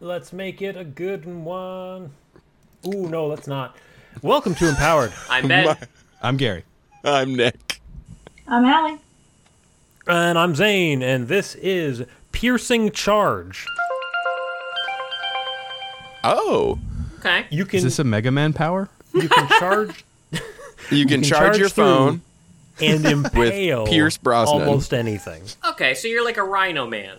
Let's make it a good one. Ooh, no, let's not. Welcome to Empowered. I'm Ben. I'm Gary. I'm Nick. I'm Allie. And I'm Zane, and this is Piercing Charge. Oh, Okay. You can Is this a Mega Man power? you can charge you can, can charge, charge your phone. and impale Pierce Brosnan. almost anything. Okay, so you're like a rhino man.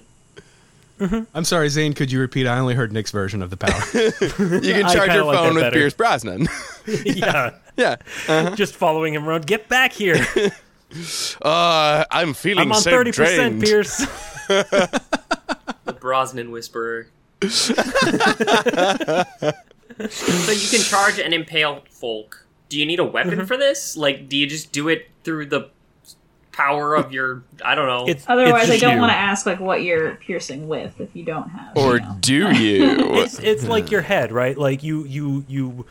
I'm sorry, Zane. Could you repeat? I only heard Nick's version of the power. You can I charge kinda your like that phone with better. Pierce Brosnan. yeah. yeah. Just following him around. Get back here. Uh, I'm feeling I'm on so 30%, drained. Pierce. The Brosnan Whisperer. so you can charge and impale folk. Do you need a weapon Mm-hmm. for this? Like, do you just do it through the power of your? I don't know. It's Otherwise, it's I don't want to to ask like what you're piercing with if you don't have. you Or know. do you? It's, it's like your head, right? Like you you you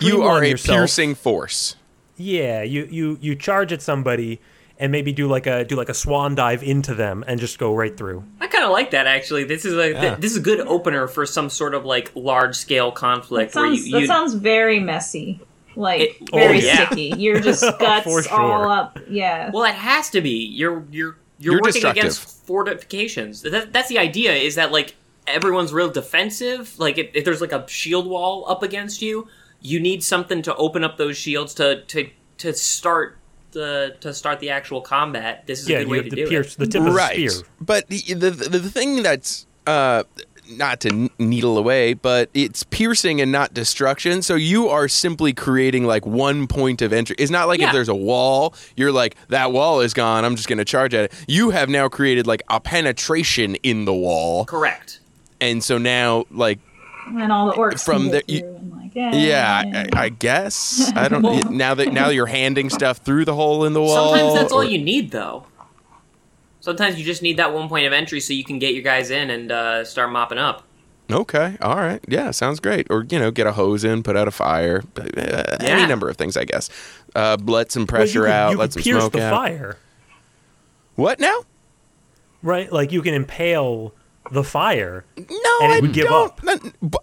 you are streamline a yourself. piercing force. Yeah, you you you charge at somebody and maybe do like a do like a swan dive into them and just go right through. I kind of like that actually. This is a this is a good opener for some sort of like large scale conflict That where sounds, you, that you sounds very messy. Like It- oh, very yeah. sticky. You're just guts For sure. all up. Yeah. Well, it has to be. You're you're you're, You're working destructive. against fortifications. That, that's the idea. Is that like everyone's real defensive? Like if, if there's like a shield wall up against you, you need something to open up those shields to to to start the to start the actual combat. This is Yeah, a good you way have to to do pierce it. the tip of the right. spear. But the, the the the thing that's uh not to n- needle away, but it's piercing and not destruction. So you are simply creating like one point of entry. It's not like Yeah. if there's a wall, you're like that wall is gone. I'm just going to charge at it. You have now created like a penetration in the wall, Correct. and so now like and all the orcs From can get the- through and like yeah. yeah, I, I guess I don't now that now you're handing stuff through the hole in the wall. Sometimes that's all or- you need, though. Sometimes you just need that one point of entry so you can get your guys in and uh, start mopping up. Okay. All right. Yeah. Sounds great. Or you know, get a hose in, put out a fire. uh, Any Yeah. number of things, I guess. Uh, let Well, some you pressure could- out. you let could some pierce smoke the out. fire, What now? right? Like you can impale the fire. No, And it I would give don't. up. Then- b-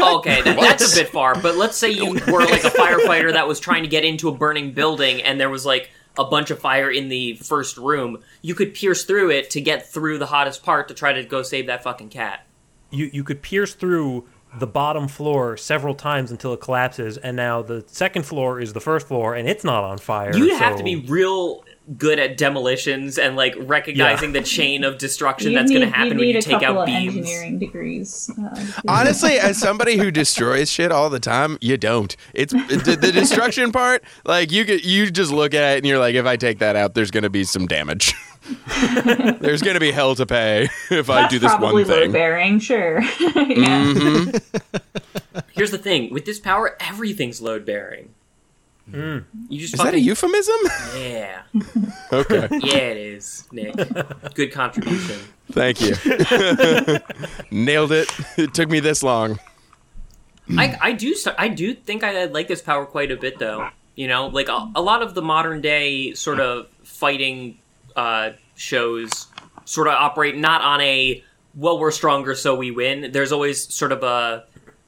Okay, that, that's a bit far. But let's say you were like a firefighter that was trying to get into a burning building, and there was like a bunch of fire in the first room. You could pierce through it to get through the hottest part to try to go save that fucking cat. You you could pierce through the bottom floor several times until it collapses, and now the second floor is the first floor, and it's not on fire. You'd have to so- be real good at demolitions and like recognizing the chain of destruction You that's need, going to happen you when need you a take out couple of beams. engineering degrees. Uh, to- Honestly, as somebody who destroys shit all the time, you don't. It's the, the destruction part. Like you, get, you just look at it and you're like, if I take that out, there's going to be some damage. there's going to be hell to pay if I that's do this probably one thing. Mm. load bearing, sure. yeah. Here's the thing: with this power, everything's load bearing. You just Hmm. Is that fucking a euphemism? yeah, okay. yeah, it is, Nick. Good contribution. Thank you. Nailed it. It took me this long. I, I do st- I do think I like this power quite a bit though. You know, like a, a lot of the modern day sort of fighting uh, shows sort of operate not on a well we're stronger so we win. There's always sort of a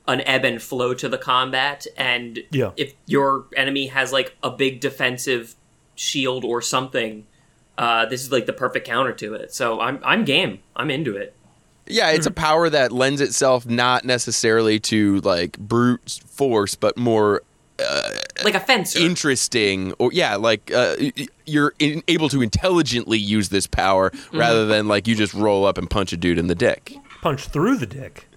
an ebb and flow to the combat, and Yeah. if your enemy has like a big defensive shield or something, uh, this is like the perfect counter to it. So I'm I'm game. I'm into it. Yeah, it's a power that lends itself not necessarily to like brute force, but more Like a fencer. interesting or yeah, like uh, y- y- you're in, able to intelligently use this power rather than like you just roll up and punch a dude in the dick. punch through the dick.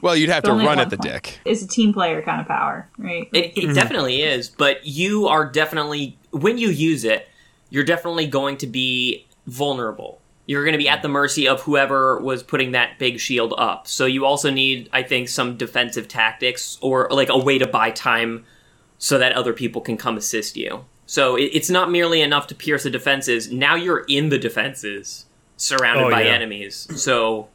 Well, you'd have It's to only run one at the point. dick. It's a team player kind of power, right? It, Mm-hmm. it definitely is, but you are definitely when you use it, you're definitely going to be vulnerable. You're going to be at the mercy of whoever was putting that big shield up. So you also need, I think, some defensive tactics or like a way to buy time so that other people can come assist you. So it, it's not merely enough to pierce the defenses. Now you're in the defenses, surrounded Oh, by yeah. enemies. So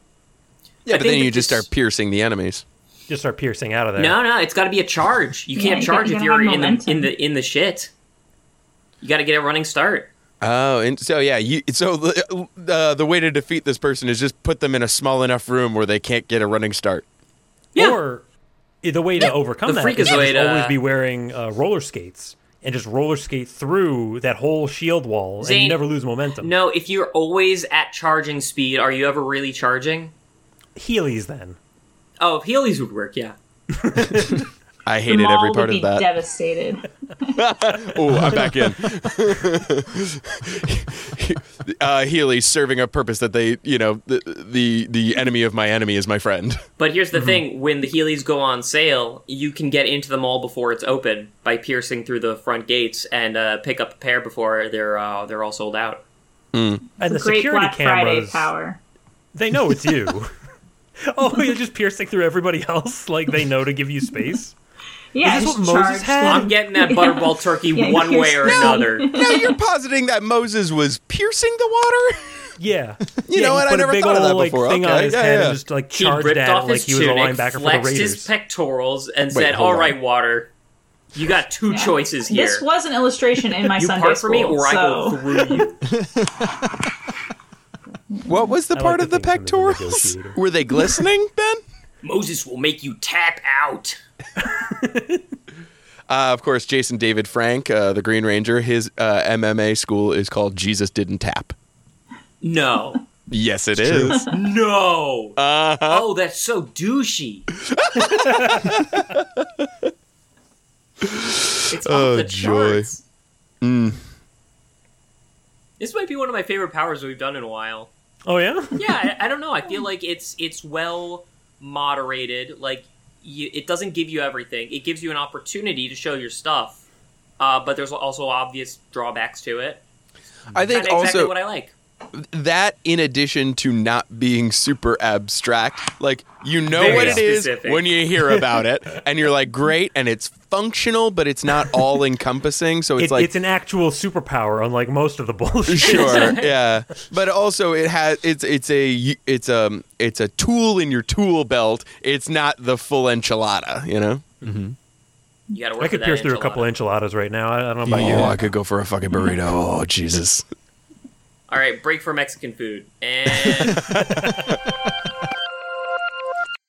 Yeah, I think but then that you just this- start piercing the enemies. Just start piercing out of there. No, no, it's got to be a charge. You Yeah, can't you charge gotta- if you gotta you're have in the, in momentum. the in the shit. You got to get a running start. Oh, and so yeah, you so the uh, the way to defeat this person is just put them in a small enough room where they can't get a running start. Yeah. Or i- the way to overcome The that freak is is the way just to- always be wearing uh, roller skates and just roller skate through that whole shield wall and you Zane, never lose momentum. No, if you're always at charging speed, are you ever really charging? Heelys then. Oh, Heelys would work, yeah. I hated Maul every would part be of that. Devastated. Oh, I'm back in. uh, Healy serving a purpose that they, you know, the, the the enemy of my enemy is my friend. But here's the thing when the Heelys go on sale, you can get into the mall before it's open by piercing through the front gates and uh, pick up a pair before they're uh, they're all sold out. And the Great security Black Friday cameras. power. They know it's you. oh, you're just piercing through everybody else like they know to give you space. Yeah, Is this just what Moses charge had? them. I'm getting that Yeah. butterball turkey Yeah, one you're way or screwed. another. now you're positing that Moses was piercing the water. Yeah. You yeah, know he what? I Put never a big thought of old, that like, before. Thing on Okay, his yeah, head yeah. and just like He charged ripped at off it like his he was a tunic, linebacker for the flexed his Raiders. pectorals, and Wait, said, hold "All on. right, water, you got two Yeah. choices here. This was an illustration in my you Sunday part for school. me, or I so. go through you." What was the I like part to of the think I'm a pectorals? negotiator. Were they glistening, Ben? Moses will make you tap out. Uh, of course, Jason David Frank, uh, the Green Ranger. His uh, MMA school is called Jesus Didn't Tap. No, Yes, it true. is. no. Uh-huh. Oh, that's so douchey. it's Oh, off the joy. Mm. charts. This might be one of my favorite powers we've done in a while. Oh yeah. yeah I, I don't know i feel like it's it's well moderated like you, it doesn't give you everything it gives you an opportunity to show your stuff uh, but there's also obvious drawbacks to it I think Kinda exactly also what i like that in addition to not being super abstract like you know Very what it is specific. when you hear about it and you're like great and it's functional but it's not all encompassing so it's It, like it's an actual superpower, unlike most of the bullshit. sure yeah but also it has it's it's a it's a it's a tool in your tool belt it's not the full enchilada you know Mm-hmm. you gotta work I could with pierce that through a enchilada. couple enchiladas right now. I, I don't know about oh you. i could go for a fucking burrito oh jesus all right break for mexican food and